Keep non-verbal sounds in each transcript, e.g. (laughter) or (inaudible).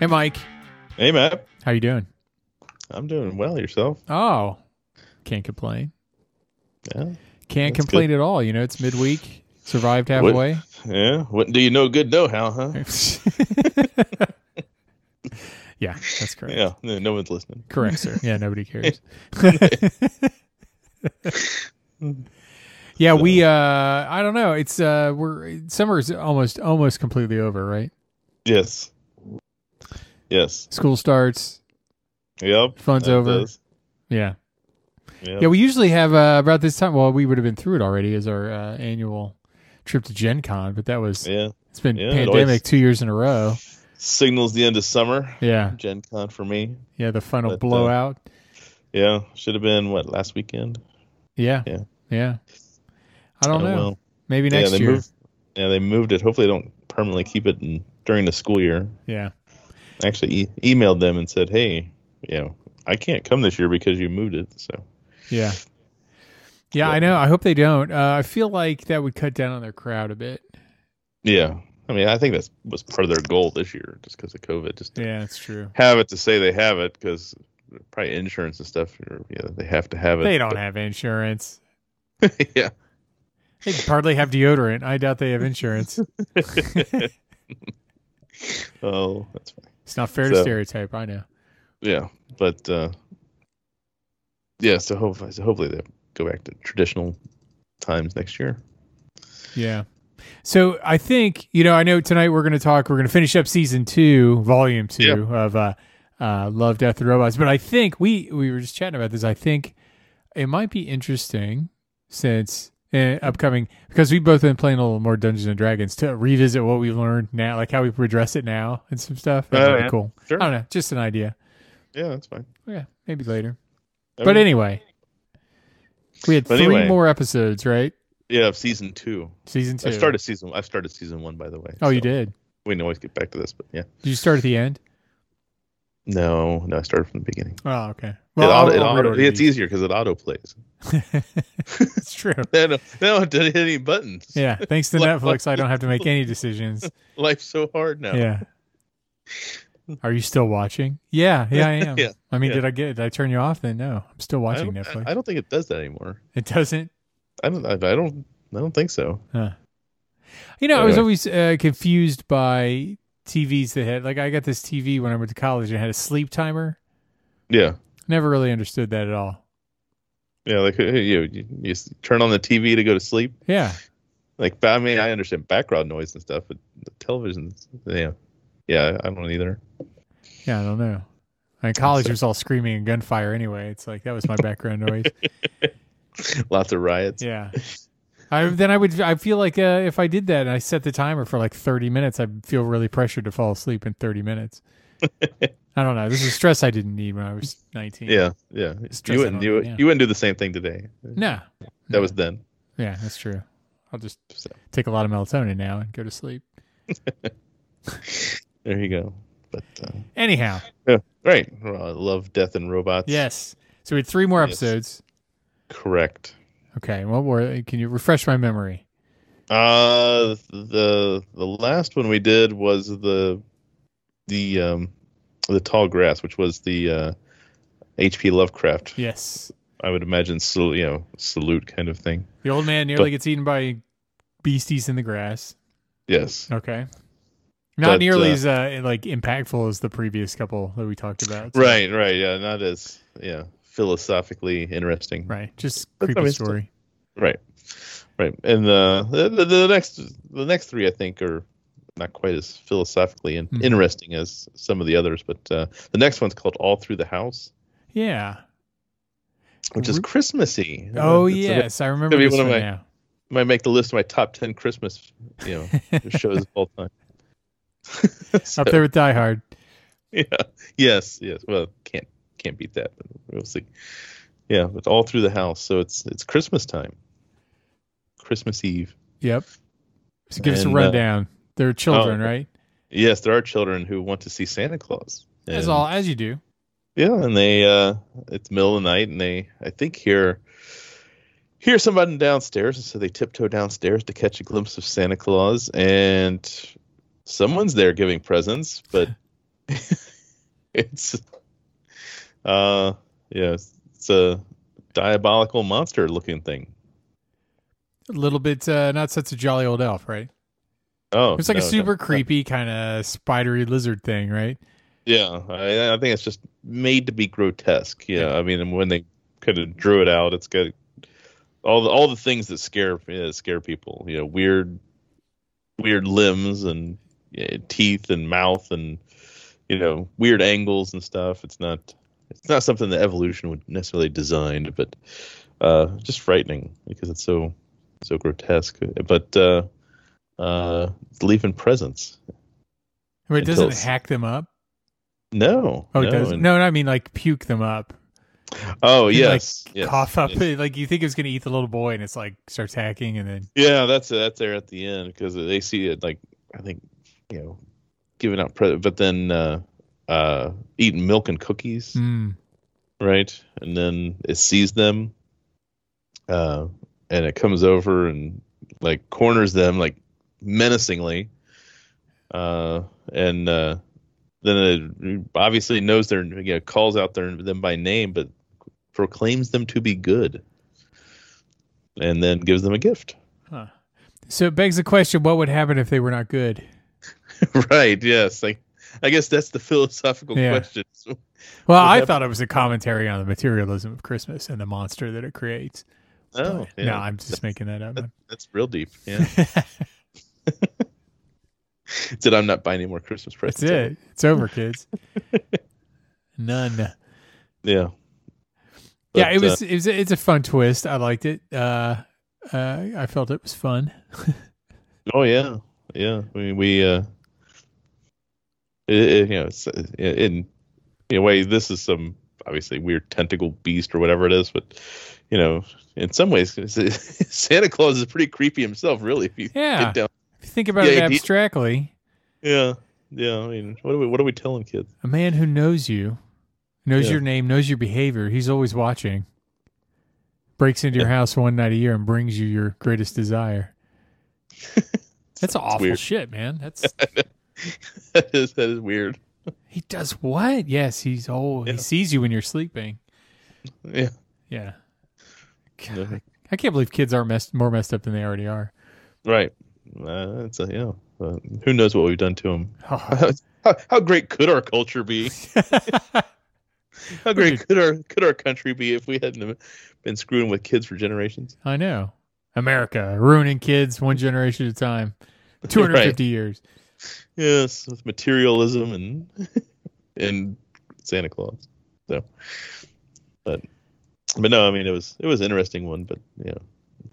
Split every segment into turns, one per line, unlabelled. Hey, Mike.
Hey, Matt.
How you doing?
I'm doing well. Yourself?
Oh, can't complain.
Yeah.
Can't
That's
complain at all. You know, it's midweek. Survived
What- (laughs)
halfway.
Yeah. What do you know? Good know how, huh?
yeah, that's correct.
Yeah. No no one's listening.
Correct, sir. Yeah, nobody
(laughs)
cares. yeah, we. uh I don't know. It's uh we're summer's almost almost completely over, right?
Yes. Yes.
School starts.
Yep.
Fun's
That
over.
does.
Yeah.
Yep.
Yeah, we usually have uh, about this time. Well, we would have been through it already as our uh, annual trip to Gen Con, but that was
yeah.
it's been
Yeah, it
pandemic
always-
two years in a row.
Signals the end of summer.
Yeah,
Gen Con for me.
yeah, the final
But, uh,
blowout.
Yeah. Should have been what last weekend.
yeah,
yeah.
yeah. I don't
Oh,
know.
well.
Maybe
Yeah.
next
They
year.
moved. Yeah. They moved it. Hopefully, they don't permanently keep it in, during the school year.
Yeah,
I actually e- emailed them and said, "Hey, you know, I can't come this year because you moved it." So.
yeah, yeah.
Yeah.
I know. I hope they don't. Uh, I feel like that would cut down on their crowd a bit.
Yeah. I mean, I think that's was part of their goal this year, just because of COVID, just to
Yeah, that's true.
have it to say they have it, because probably insurance and stuff. Or, yeah, they have to have it.
They don't have insurance.
(laughs) yeah.
They hardly have deodorant. I doubt they have
(laughs)
insurance. (laughs)
Oh, that's fine.
It's not fair to
So-
stereotype. I know.
Yeah, but uh, yeah. So hopefully, so hopefully they go back to traditional times next year.
Yeah. So I think, you know, I know tonight we're going to talk, we're going to finish up season two, volume two of uh, uh, Love, Death, and Robots. But I think we, we were just chatting about this. I think it might be interesting since uh, upcoming, because we've both been playing a little more Dungeons and Dragons to revisit what we've learned now, like how we redress it now and some stuff. That
Oh,
might be
yeah.
cool.
Sure.
I don't know. Just an idea.
Yeah, that's fine.
Yeah. Maybe later.
I
But
mean,
anyway, we had
But
three
anyway.
more episodes, right?
yeah, of season two.
Season two.
I started season. I started season one, by the way.
Oh, you
so
did?
We can always get back to this, but yeah.
Did you start at the end?
No, no, I started from the beginning.
Oh, okay.
it
I'll-
auto, it
I'll
auto,
reorder
it's
these.
easier because it auto plays.
(laughs) it's true.
They don't, they don't have to hit any buttons.
Yeah. Thanks
(laughs)
to
Like-
Netflix, I don't have to make any decisions.
Life's so hard now.
Yeah. Are you still watching? Yeah. Yeah,
(laughs)
I am.
Yeah,
I mean,
yeah.
did I get? Did I turn you off? Then no, I'm still
I
watching
don't,
Netflix.
I, I don't think it does that anymore.
it doesn't.
I don't. I, I don't. I don't think so.
You know, I was
Anyway.
always uh, confused by TVs that had like I got this TV when I went to college and had a sleep timer.
Yeah.
Never really understood that at all.
Yeah. Like you, you, you s- turn on the TV to go to sleep.
Yeah.
Like but I mean, I understand background noise and stuff, but the television. Yeah. Yeah. I don't either.
Yeah, I don't know. In college, it was all screaming and gunfire anyway. It's like that was my background noise.
Lots of riots.
Yeah. (laughs) I then I would I feel like uh, if I did that and I set the timer for like 30 minutes, I'd feel really pressured to fall asleep in 30
(laughs)
minutes. I don't know. This is stress I didn't need when I was 19.
Yeah. Yeah.
Stress
You wouldn't.
out,
You,
yeah.
you wouldn't do the same thing today.
No.
That was then.
Yeah, that's true. I'll just
So
take a lot of melatonin now and go to sleep.
there you go. But uh,
Anyhow,
yeah. Right. Uh, love, death, and robots.
yes. So we had three more
Yes.
episodes.
Correct.
Okay. What were can you refresh my memory?
Uh, the the last one we did was the the um the tall grass, which was the uh H.P. Lovecraft.
Yes.
I would imagine, sal- you know, salute kind of thing.
The old man nearly gets eaten by beasties in the grass.
Yes,
Okay. Not
But,
nearly
uh,
as uh, like impactful as the previous couple that we talked about. So-
right, right, yeah, not as yeah philosophically interesting.
Right. Just
That's
creepy
always-
story.
right, right. And uh, the, the the next the next three I think are not quite as philosophically in-
Mhm.
interesting as some of the others, but uh, the next one's called All Through the House,
Yeah.
which is
Ru-
Christmassy.
Oh
It's a-
yes, I remember
gonna be
this
one
one
of my-
now.
might make the list of my top ten Christmas, you know, shows of all time. (laughs) So,
Up there with Die Hard.
Yeah. Yes. Yes. Well, can't can't beat that. But we'll see. Yeah, but all through the house. So it's it's Christmas time. Christmas Eve.
Yep. So give us a
And, uh,
rundown. They're children,
oh,
right?
Yes, there are children who want to see Santa Claus.
As
And-
all as you do.
Yeah, and they uh it's middle of the night and they I think hear hear somebody downstairs and so they tiptoe downstairs to catch a glimpse of Santa Claus and someone's there giving presents, but (laughs) it's uh yeah, it's, it's a diabolical monster looking thing.
A little bit uh, not such a jolly old elf, right?
Oh,
It's like a
no, no,
super
no.
creepy kind of spidery lizard thing, right?
Yeah, I, I think it's just made to be grotesque. Yeah,
Yeah.
I mean, and when they kind of drew it out, it's got all the all the things that scare yeah, scare people. You know, weird, weird limbs and yeah, teeth and mouth and you know weird angles and stuff. It's not it's not something that evolution would necessarily designed, but uh, just frightening because it's so so grotesque. But uh, uh, leaving presence.
I mean, it
It
doesn't
does.
hack them up.
No.
Oh, it
no,
does.
and-
No, no, I mean like puke them up.
Oh,
You, like,
yes. yes.
Cough up. (laughs)
yes.
Like you think it's going to eat the little boy and it's like starts hacking and then.
Yeah, that's that's there at the end because they see it like I think you know giving out pre- but then uh, uh, eating milk and cookies,
Mm.
right? And then it sees them, uh, and it comes over and like corners them like menacingly, uh, and uh, then it obviously knows their you know, calls out their them by name, but proclaims them to be good, and then gives them a gift.
So it begs the question: What would happen if they were not good?
(laughs) right yes like i guess that's the philosophical
Yeah.
question Oh,
Well,
Would
I
happen-
thought it was a commentary on the materialism of Christmas and the monster that it creates.
oh
But
yeah.
No, I'm just making that up. man.
that's real deep
(laughs)
yeah (laughs) it's that i'm not buying any more christmas presents
That's it. It's over,
(laughs)
kids. None.
yeah
yeah,
But,
it
uh,
was. It was. It's a fun twist. I liked it. Uh, uh, I felt it was fun.
oh yeah yeah i mean we uh it, it, you know it's, uh, in in a way this is some obviously weird tentacle beast or whatever it is but you know in some ways (laughs) it's- santa claus is pretty creepy himself really if you
Yeah.
get down
If you think about
Yeah,
it
it did.
abstractly,
yeah yeah i mean what are we what are we telling kids
a man who knows you, knows
Yeah.
your name, knows your behavior. He's always watching. Breaks into your house one night a year and brings you your greatest desire. That's awful
weird. (laughs)
shit, man. That's
that is that is weird
he does what? Yes, he's oh
Yeah.
he sees you when you're sleeping.
Yeah.
Yeah. God, I can't believe kids are messed more messed up than they already are.
Right. Uh, that's a, yeah. Uh, who knows what we've done to them? (laughs)
Oh,
how, how great could our culture
(laughs)
be? How great could our could our country be if we hadn't been screwing with kids for generations?
I know. America ruining kids one generation at a time. 250 years.
Yes, with materialism and (laughs) and Santa Claus. So, but but no, I mean it was it was an interesting one, but you know,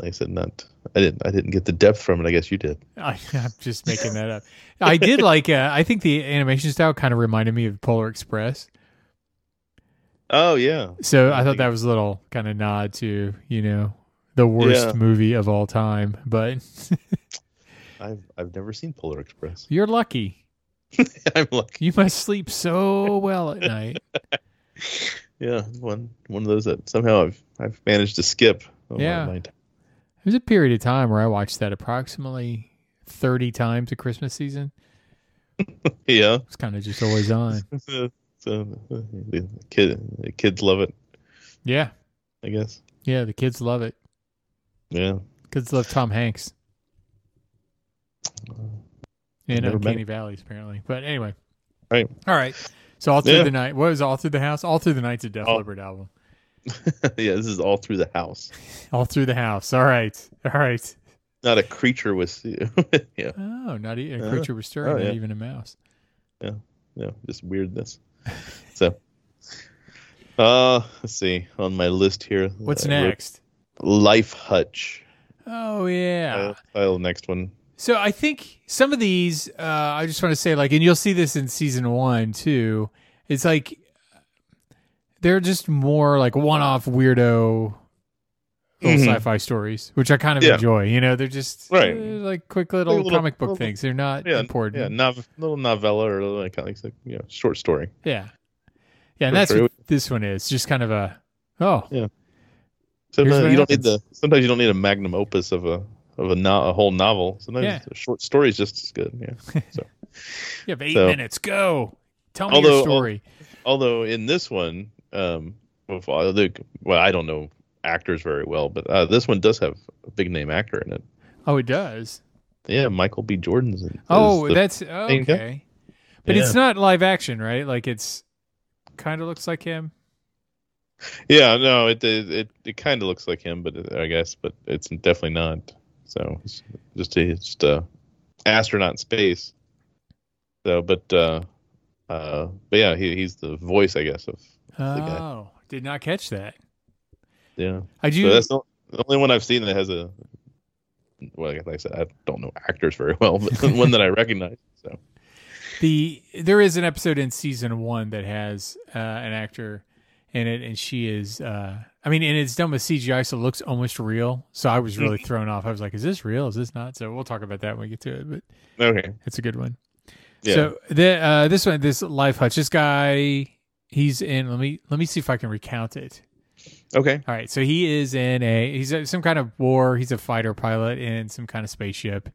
like I said, not I didn't I didn't get the depth from it. I guess you did.
I, I'm just making that up. I
(laughs)
did like. Uh, I think the animation style kind of reminded me of Polar Express,
Oh yeah,
so I thought that was a little kind of nod to you know the worst
Yeah.
movie of all time. But (laughs)
I've I've never seen
(laughs)
Polar Express. (laughs)
you're lucky.
I'm lucky.
You must sleep so well at (laughs) night.
Yeah, one one of those that somehow I've I've managed to skip. Oh,
Yeah.
My, mind. (laughs)
There was a period of time where I watched that approximately 30 times a Christmas season.
yeah.
It's kind of just always on.
(laughs) so uh, the kid the kids love it,
Yeah,
I guess.
yeah. The kids love it.
Yeah. (laughs)
Kids love Tom Hanks. In
Never met
Uncanny Valleys, apparently. But anyway.
Right.
All right. So all through
Yeah.
the night. What was all through the house? All through the night's a Def
All-
Leppard album.
yeah. This is all through the house.
All through the house. All right. All right.
Not a creature was. (laughs) yeah.
Oh, not even a
Uh-huh.
creature was stirring,
Oh,
not
yeah.
even a mouse.
Yeah. Just weirdness. So. Uh, let's see on my list here.
What's
uh,
next?
Life Hutch.
Oh yeah.
Uh, I'll next one.
So I think some of these, uh, I just want to say, like, and you'll see this in season one too. It's like they're just more like one-off weirdo little
Mhm.
sci-fi stories, which I kind of
Yeah.
enjoy. You know, they're just
Right.
uh, like quick little,
little-
comic book
little-
things. They're not
Yeah.
important.
Yeah. Nov- little novella or little, like, like you know, short story.
yeah, Yeah, and
For
that's
sure.
what this one is. Just kind of a oh,
Sometimes
what
you don't need the.
happens.
Sometimes you don't need a magnum opus of a of a, no, a whole novel. Sometimes
Yeah. (laughs)
a short story is just as good. Yeah.
you have eight
So-
minutes, go. Tell me your
Although- uh
story.
although in this one, um, with all the- well, I don't know actors very well, but uh, this one does have a big name actor in it.
Oh, it does.
Yeah, Michael B. Jordan's. in- is
Oh,
the-
that's
main guy.
okay. But
Yeah.
it's not live action, right? Like it's kind of looks like him.
yeah. No, it it it, it kind of looks like him, but it- I guess, but it's definitely not. So it's just a just a astronaut in space. So, but uh, uh, but yeah, he, he's the voice, I guess, of guy.
Oh, did not catch that.
yeah.
I
So
do.
that's the the only one I've seen that has a. Well, like I said, I don't know actors very well, but (laughs) one that I recognize. So
the there is an episode in season one that has uh, an actor in it, and she is. Uh, I mean, and it's done with CGI, so it looks almost real. So I was
Mm-hmm.
really thrown off. I was like, "Is this real? Is this not?" So we'll talk about that when we get to it. But
okay,
it's a good one.
yeah,
So the uh, this one, this life hutch, this guy, he's in. Let me let me see if I can recount it.
okay,
All right, so he is in a he's a, some kind of war. He's a fighter pilot in some kind of spaceship.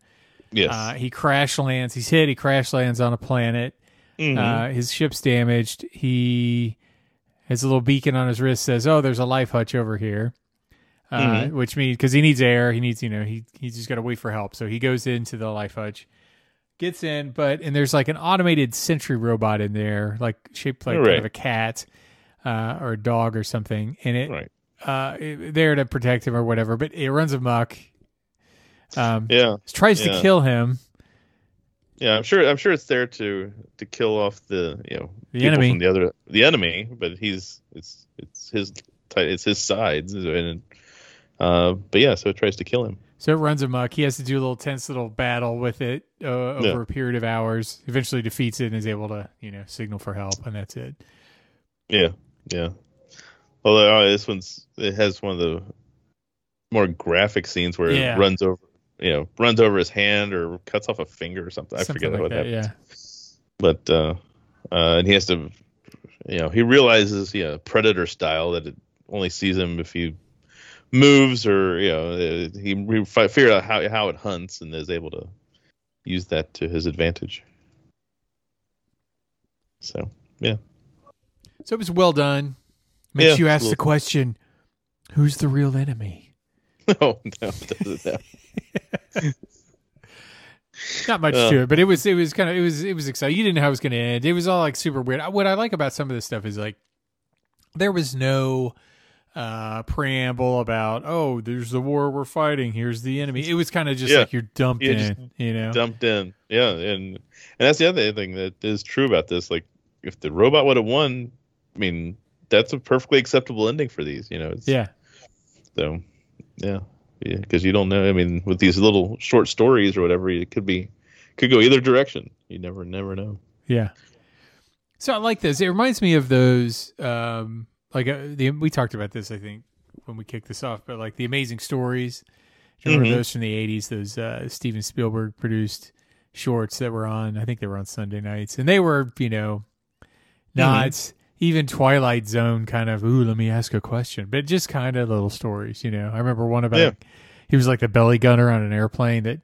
yes,
Uh, he crash lands. He's hit. He crash lands on a planet.
Mhm.
Uh, his ship's damaged. He has a little beacon on his wrist says, "Oh, there's a life hutch over here," uh,
Mhm.
which means because he needs air, he needs you know he he's just got to wait for help. So he goes into the life hutch, gets in, but and there's like an automated sentry robot in there, like shaped like kind
Right.
of a cat uh, or a dog or something, and it,
Right.
uh, it there to protect him or whatever. But it runs amok. Um,
yeah,
tries to
Yeah.
kill him.
yeah. I'm sure. I'm sure it's there to to kill off the you know
The
people
enemy.
from the other the enemy, but he's it's it's his ti- it's his sides and uh, but yeah, so it tries to kill him.
So it runs amok. He has to do a little tense little battle with it uh, over
Yeah.
a period of hours. Eventually defeats it and is able to, you know, signal for help, and that's it.
Yeah, yeah. Although uh, this one's it has one of the more graphic scenes where
Yeah.
it runs over, you know, runs over his hand or cuts off a finger or something. I
Something
forget
like
what
that.
happened.
Yeah.
But uh, uh, and he has to, you know, he realizes, you know, predator style that it only sees him if he moves or you know uh, he re- fi- figure out how how it hunts and is able to use that to his advantage. So (laughs)
So it was well done. Makes
Yeah,
you ask
cool.
the question, who's the real enemy?
no, no, it doesn't happen.
Not much
Yeah.
to it, but it was it was kind of it was it was exciting. You didn't know how it was going to end. It was all like super weird. I- What I like about some of this stuff is like there was no uh preamble about oh there's the war we're fighting here's the enemy it was kind of just
Yeah.
like you're dumped
Yeah,
in
just
you know
dumped in. Yeah, and and that's the other thing that is true about this. Like, if the robot would have won, I mean, that's a perfectly acceptable ending for these. You know, it's,
yeah
So, yeah, yeah, because you don't know. I mean, with these little short stories or whatever, it could be, could go either direction. You never, never know.
Yeah. So I like this. It reminds me of those, um, like uh, the we talked about this, I think, when we kicked this off. But like the Amazing Stories, Do you remember
Mhm.
those from the '80s? Those uh, Steven Spielberg produced shorts that were on. I think they were on Sunday nights, and they were, you know, not even Twilight Zone kind of. Ooh, let me ask a question, but just kind of little stories. You know, I remember one about
Yeah.
he was like the belly gunner on an airplane that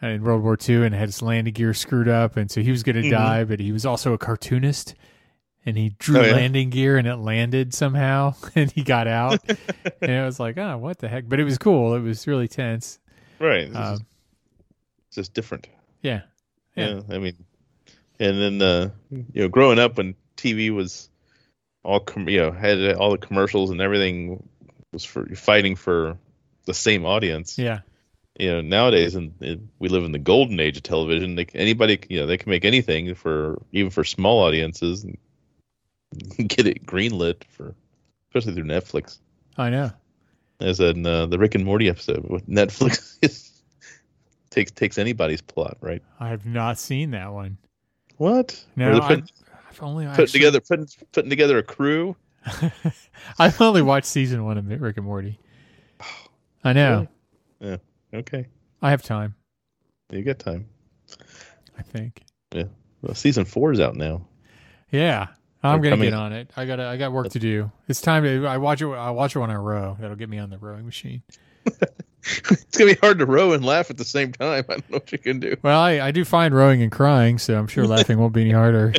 uh, in World War II and had his landing gear screwed up, and so he was going to
Mhm.
die. But he was also a cartoonist, and he drew
Oh, yeah.
landing gear, and it landed somehow, (laughs) and he got
(laughs)
out. and it was like, oh, what the heck? But it was cool. It was really tense.
Right. It's,
Um,
just, it's just different.
yeah, Yeah.
Yeah. I mean, and then uh, you know, growing up when TV was all com- you know had all the commercials and everything was for fighting for the same audience.
yeah,
You know, nowadays and and we live in the golden age of television. They, c- anybody, you know, they can make anything for even for small audiences and (laughs) get it greenlit for especially through Netflix.
I know.
As in uh, the Rick and Morty episode with Netflix (laughs) is, takes takes anybody's plot, right?
I have not seen that one.
What? Where
No,
they put-
I've, I've only
putting
actually-
together putting putting together a crew.
I've only watched (laughs) season one of Rick and Morty. I know.
Oh, Really? Okay,
I have time.
you got time.
I think.
Well, season four is out now. (laughs)
Yeah. I'm
They're
gonna get
coming-
on it. I got to I got work to do. It's time to I watch it I watch it on a row. That'll get me on the rowing machine.
it's gonna be hard to row and laugh at the same (laughs) time. I don't know what you can do. (laughs)
Well, I, I do find rowing and crying, so I'm sure laughing won't be any harder.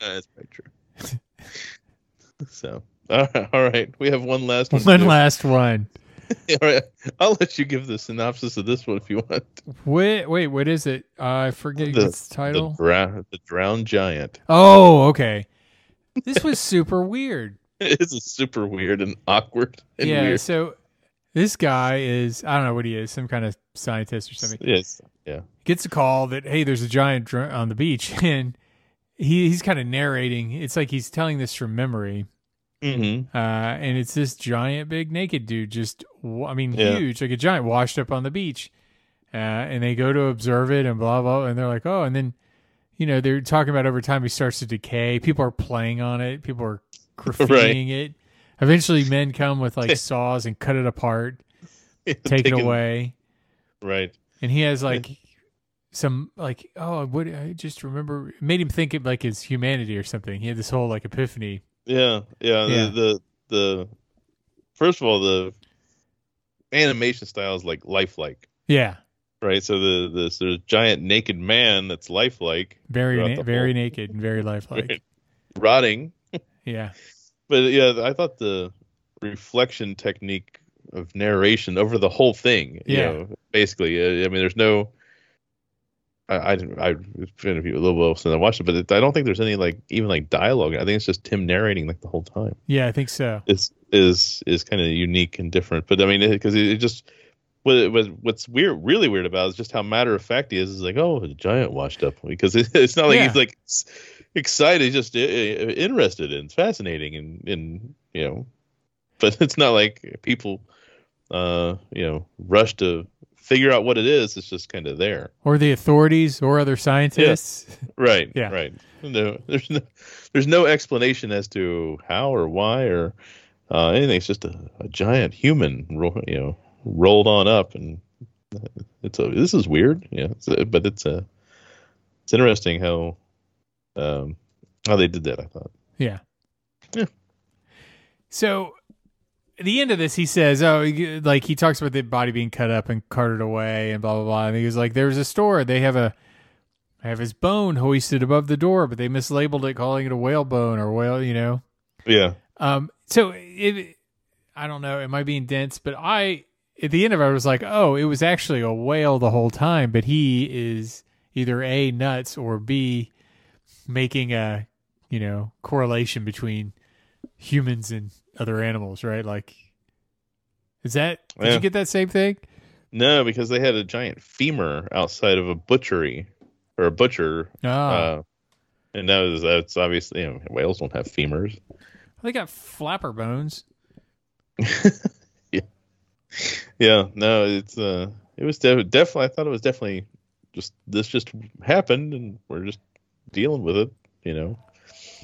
That's very true. (laughs) so, all right, all right, we have one last one.
(laughs) One last one.
(laughs) all right, I'll let you give the synopsis of this one if you want.
Wait, wait, what is it? Uh, I forget
The-
its title.
The, dra- the drowned giant. (laughs)
oh, okay. This was super weird.
It's a super weird and awkward and
yeah.
weird.
So this guy is I don't know what he is, some kind of scientist or something.
Yes.
Gets a call that hey, there's a giant dr- on the beach, (laughs) and he he's kind of narrating. It's like he's telling this from memory.
hmm (laughs)
Uh, and it's this giant, big, naked dude, just, wa- I mean,
Yeah.
huge, like a giant washed up on the beach. Uh, and they go to observe it and blah, blah. And they're like, oh, and then, you know, they're talking about over time he starts to decay. People are playing on it, people
(laughs)
are graffitiing it. Eventually, men come with
(laughs)
like saws and cut it apart, take it away.
Right.
And he has like some, like, oh, what I just remember, it made him think of like his humanity or something. He had this whole like epiphany.
Yeah. Yeah.
Yeah.
The, the the first of all the animation style is like lifelike,
Yeah.
right? So the the sort of giant naked man that's lifelike,
Very,
Throughout
na-
the
very
whole-
naked and
(laughs)
very lifelike.
right? rotting.
Yeah.
But yeah, I thought the reflection technique of narration over the whole thing. you
Yeah.
know, basically, uh, I mean, there's no. I, I didn't. I interviewed a little bit since I watched it, but it, I don't think there's any like even like dialogue. I think it's just him narrating like the whole time.
Yeah, I think so.
is is is kind of unique and different. But I mean, because it, it just what, what what's weird, really weird about it is just how matter of fact he is. Is like, oh, the giant washed up because it, (laughs) it's not like
Yeah.
he's like s- excited, he's just uh, uh, interested and fascinating and and you know, but (laughs) it's not like people, uh, you know, rush to figure out what it is. It's just kind of there.
Or the authorities or other scientists.
Right.
Yeah.
Right. No, there's no, there's no explanation as to how or why or uh, anything. It's just a, a giant human, ro- you know, rolled on up, and uh, it's a, this is weird. Yeah, it's a- but it's a it's interesting how um how they did that. I thought.
Yeah.
Yeah.
(laughs) So at the end of this, he says, oh, you- like he talks about the body being cut up and carted away and blah, blah, blah. And he was like, there's a store. They have a, have his bone hoisted above the door, but they mislabeled it, calling it a whale bone or whale, you know?
Yeah.
Um, so it, I don't know, am I being dense? But I, at the end of it, I was like, oh, it was actually a whale the whole time, but he is either A, nuts, or B, making a, you know, correlation between humans and other animals, right? Like, is that, did
Yeah.
you get that same thing?
No, because they had a giant femur outside of a butchery or a butcher,
No.
uh, and that was that's obviously you know, whales don't have femurs.
they got flapper bones.
Yeah, no, it's uh, it was def- definitely. I thought it was definitely just this just happened, and we're just dealing with it. You know,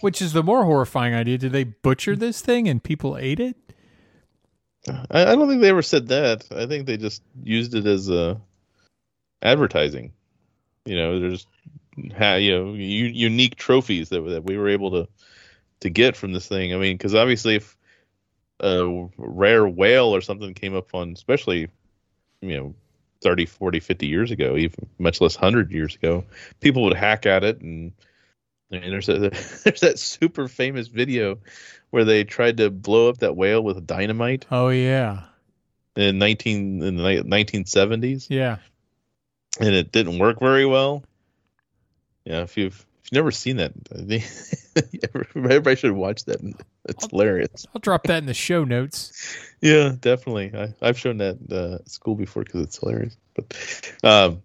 Which is the more horrifying idea. Did they butcher this thing and people ate it?
I, I don't think they ever said that. I think they just used it as uh, advertising. You know, there's ha- you know u- unique trophies that that we were able to to get from this thing. I mean, because obviously, if a rare whale or something came up on, especially you know. 30 40 50 years ago even much less 100 years ago people would hack at it and, and there's, a, (laughs) there's that super famous video where they tried to blow up that whale with dynamite
Oh, yeah.
in nineteen in the nineteen seventies,
Yeah.
and it didn't work very well. Yeah, if you've if you've never seen that, I think- (laughs) everybody should watch that. It's hilarious.
I'll drop that in the show notes.
Yeah, definitely. I, I've shown that uh, at school before because it's hilarious. But, um,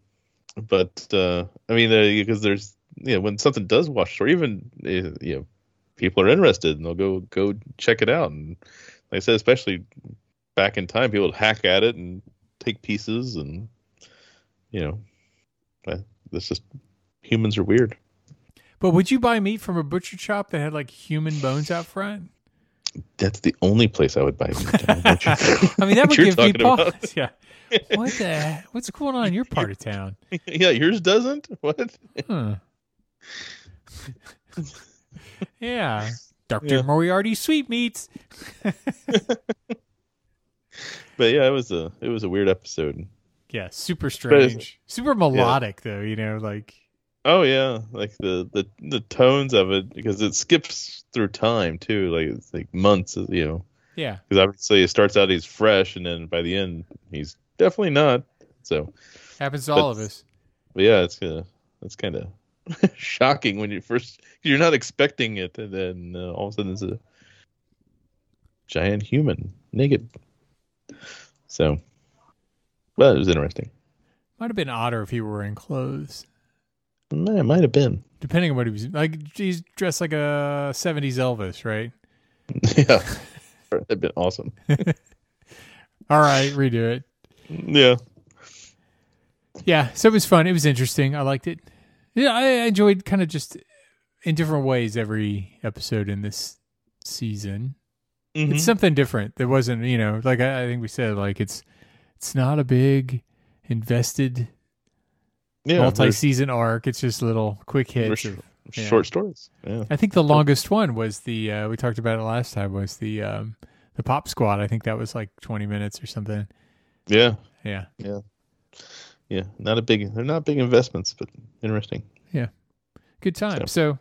but uh, I mean, because there's you know when something does wash or even uh, you know people are interested and they'll go go check it out. And like I said, especially back in time, people would hack at it and take pieces, and you know, uh, that's just humans are weird.
But would you buy meat from a butcher shop that had like human bones out front?
That's the only place I
(laughs)
would buy.
I
(laughs)
mean, that would
You're
give me
talking about-
pause. (laughs) Yeah. What the? What's going on in your part of town?
yeah, yours doesn't. (laughs) What?
Huh. (laughs) yeah. Dr.
Yeah.
Moriarty sweetmeats.
But yeah, it was a it was a weird episode.
Yeah, super strange. Super melodic though, you know, like
Oh yeah, like the the the tones of it because it skips through time too, like it's like months, you know.
Yeah.
Because obviously it starts out he's fresh, and then by the end he's definitely not. So,
Happens to
But-
all of us.
but yeah, it's uh, it's kind of (laughs) shocking when you first you're not expecting it, and then uh, all of a sudden it's a giant human naked. So, well, it was interesting.
Might have been odder if he were wearing clothes,
It might have been.
depending on what he was like. He's dressed like a '70s Elvis, right?
(laughs) Yeah. That'd been awesome.
All right, redo it.
Yeah.
Yeah, so it was fun. It was interesting. I liked it. Yeah, I I enjoyed kind of just in different ways every episode in this season.
Mhm.
It's something different. There wasn't, you know, like I, I think we said, like it's it's not a big invested
yeah, there's-
multi-season arc. It's just little quick
there's
hits.
sh-
of- yeah.
short stories. Yeah.
I think the longest one was the uh, we talked about it last time was the um, the pop squad. I think that was like twenty minutes or something.
Yeah.
Yeah,
Yeah. Not a big they're not big investments, but interesting. (laughs)
good time. So,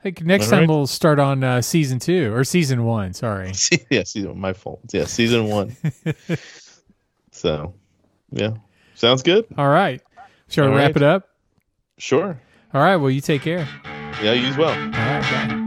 I think next
All
time
right.
we'll start on uh, season two or season one. Sorry.
yeah, season my fault. Yeah, season
(laughs)
one. so yeah. Sounds good?
All right, shall we
All
wrap
right.
it up?
Sure.
All right. Well, you take care.
Yeah, you as well.
All right. Bye.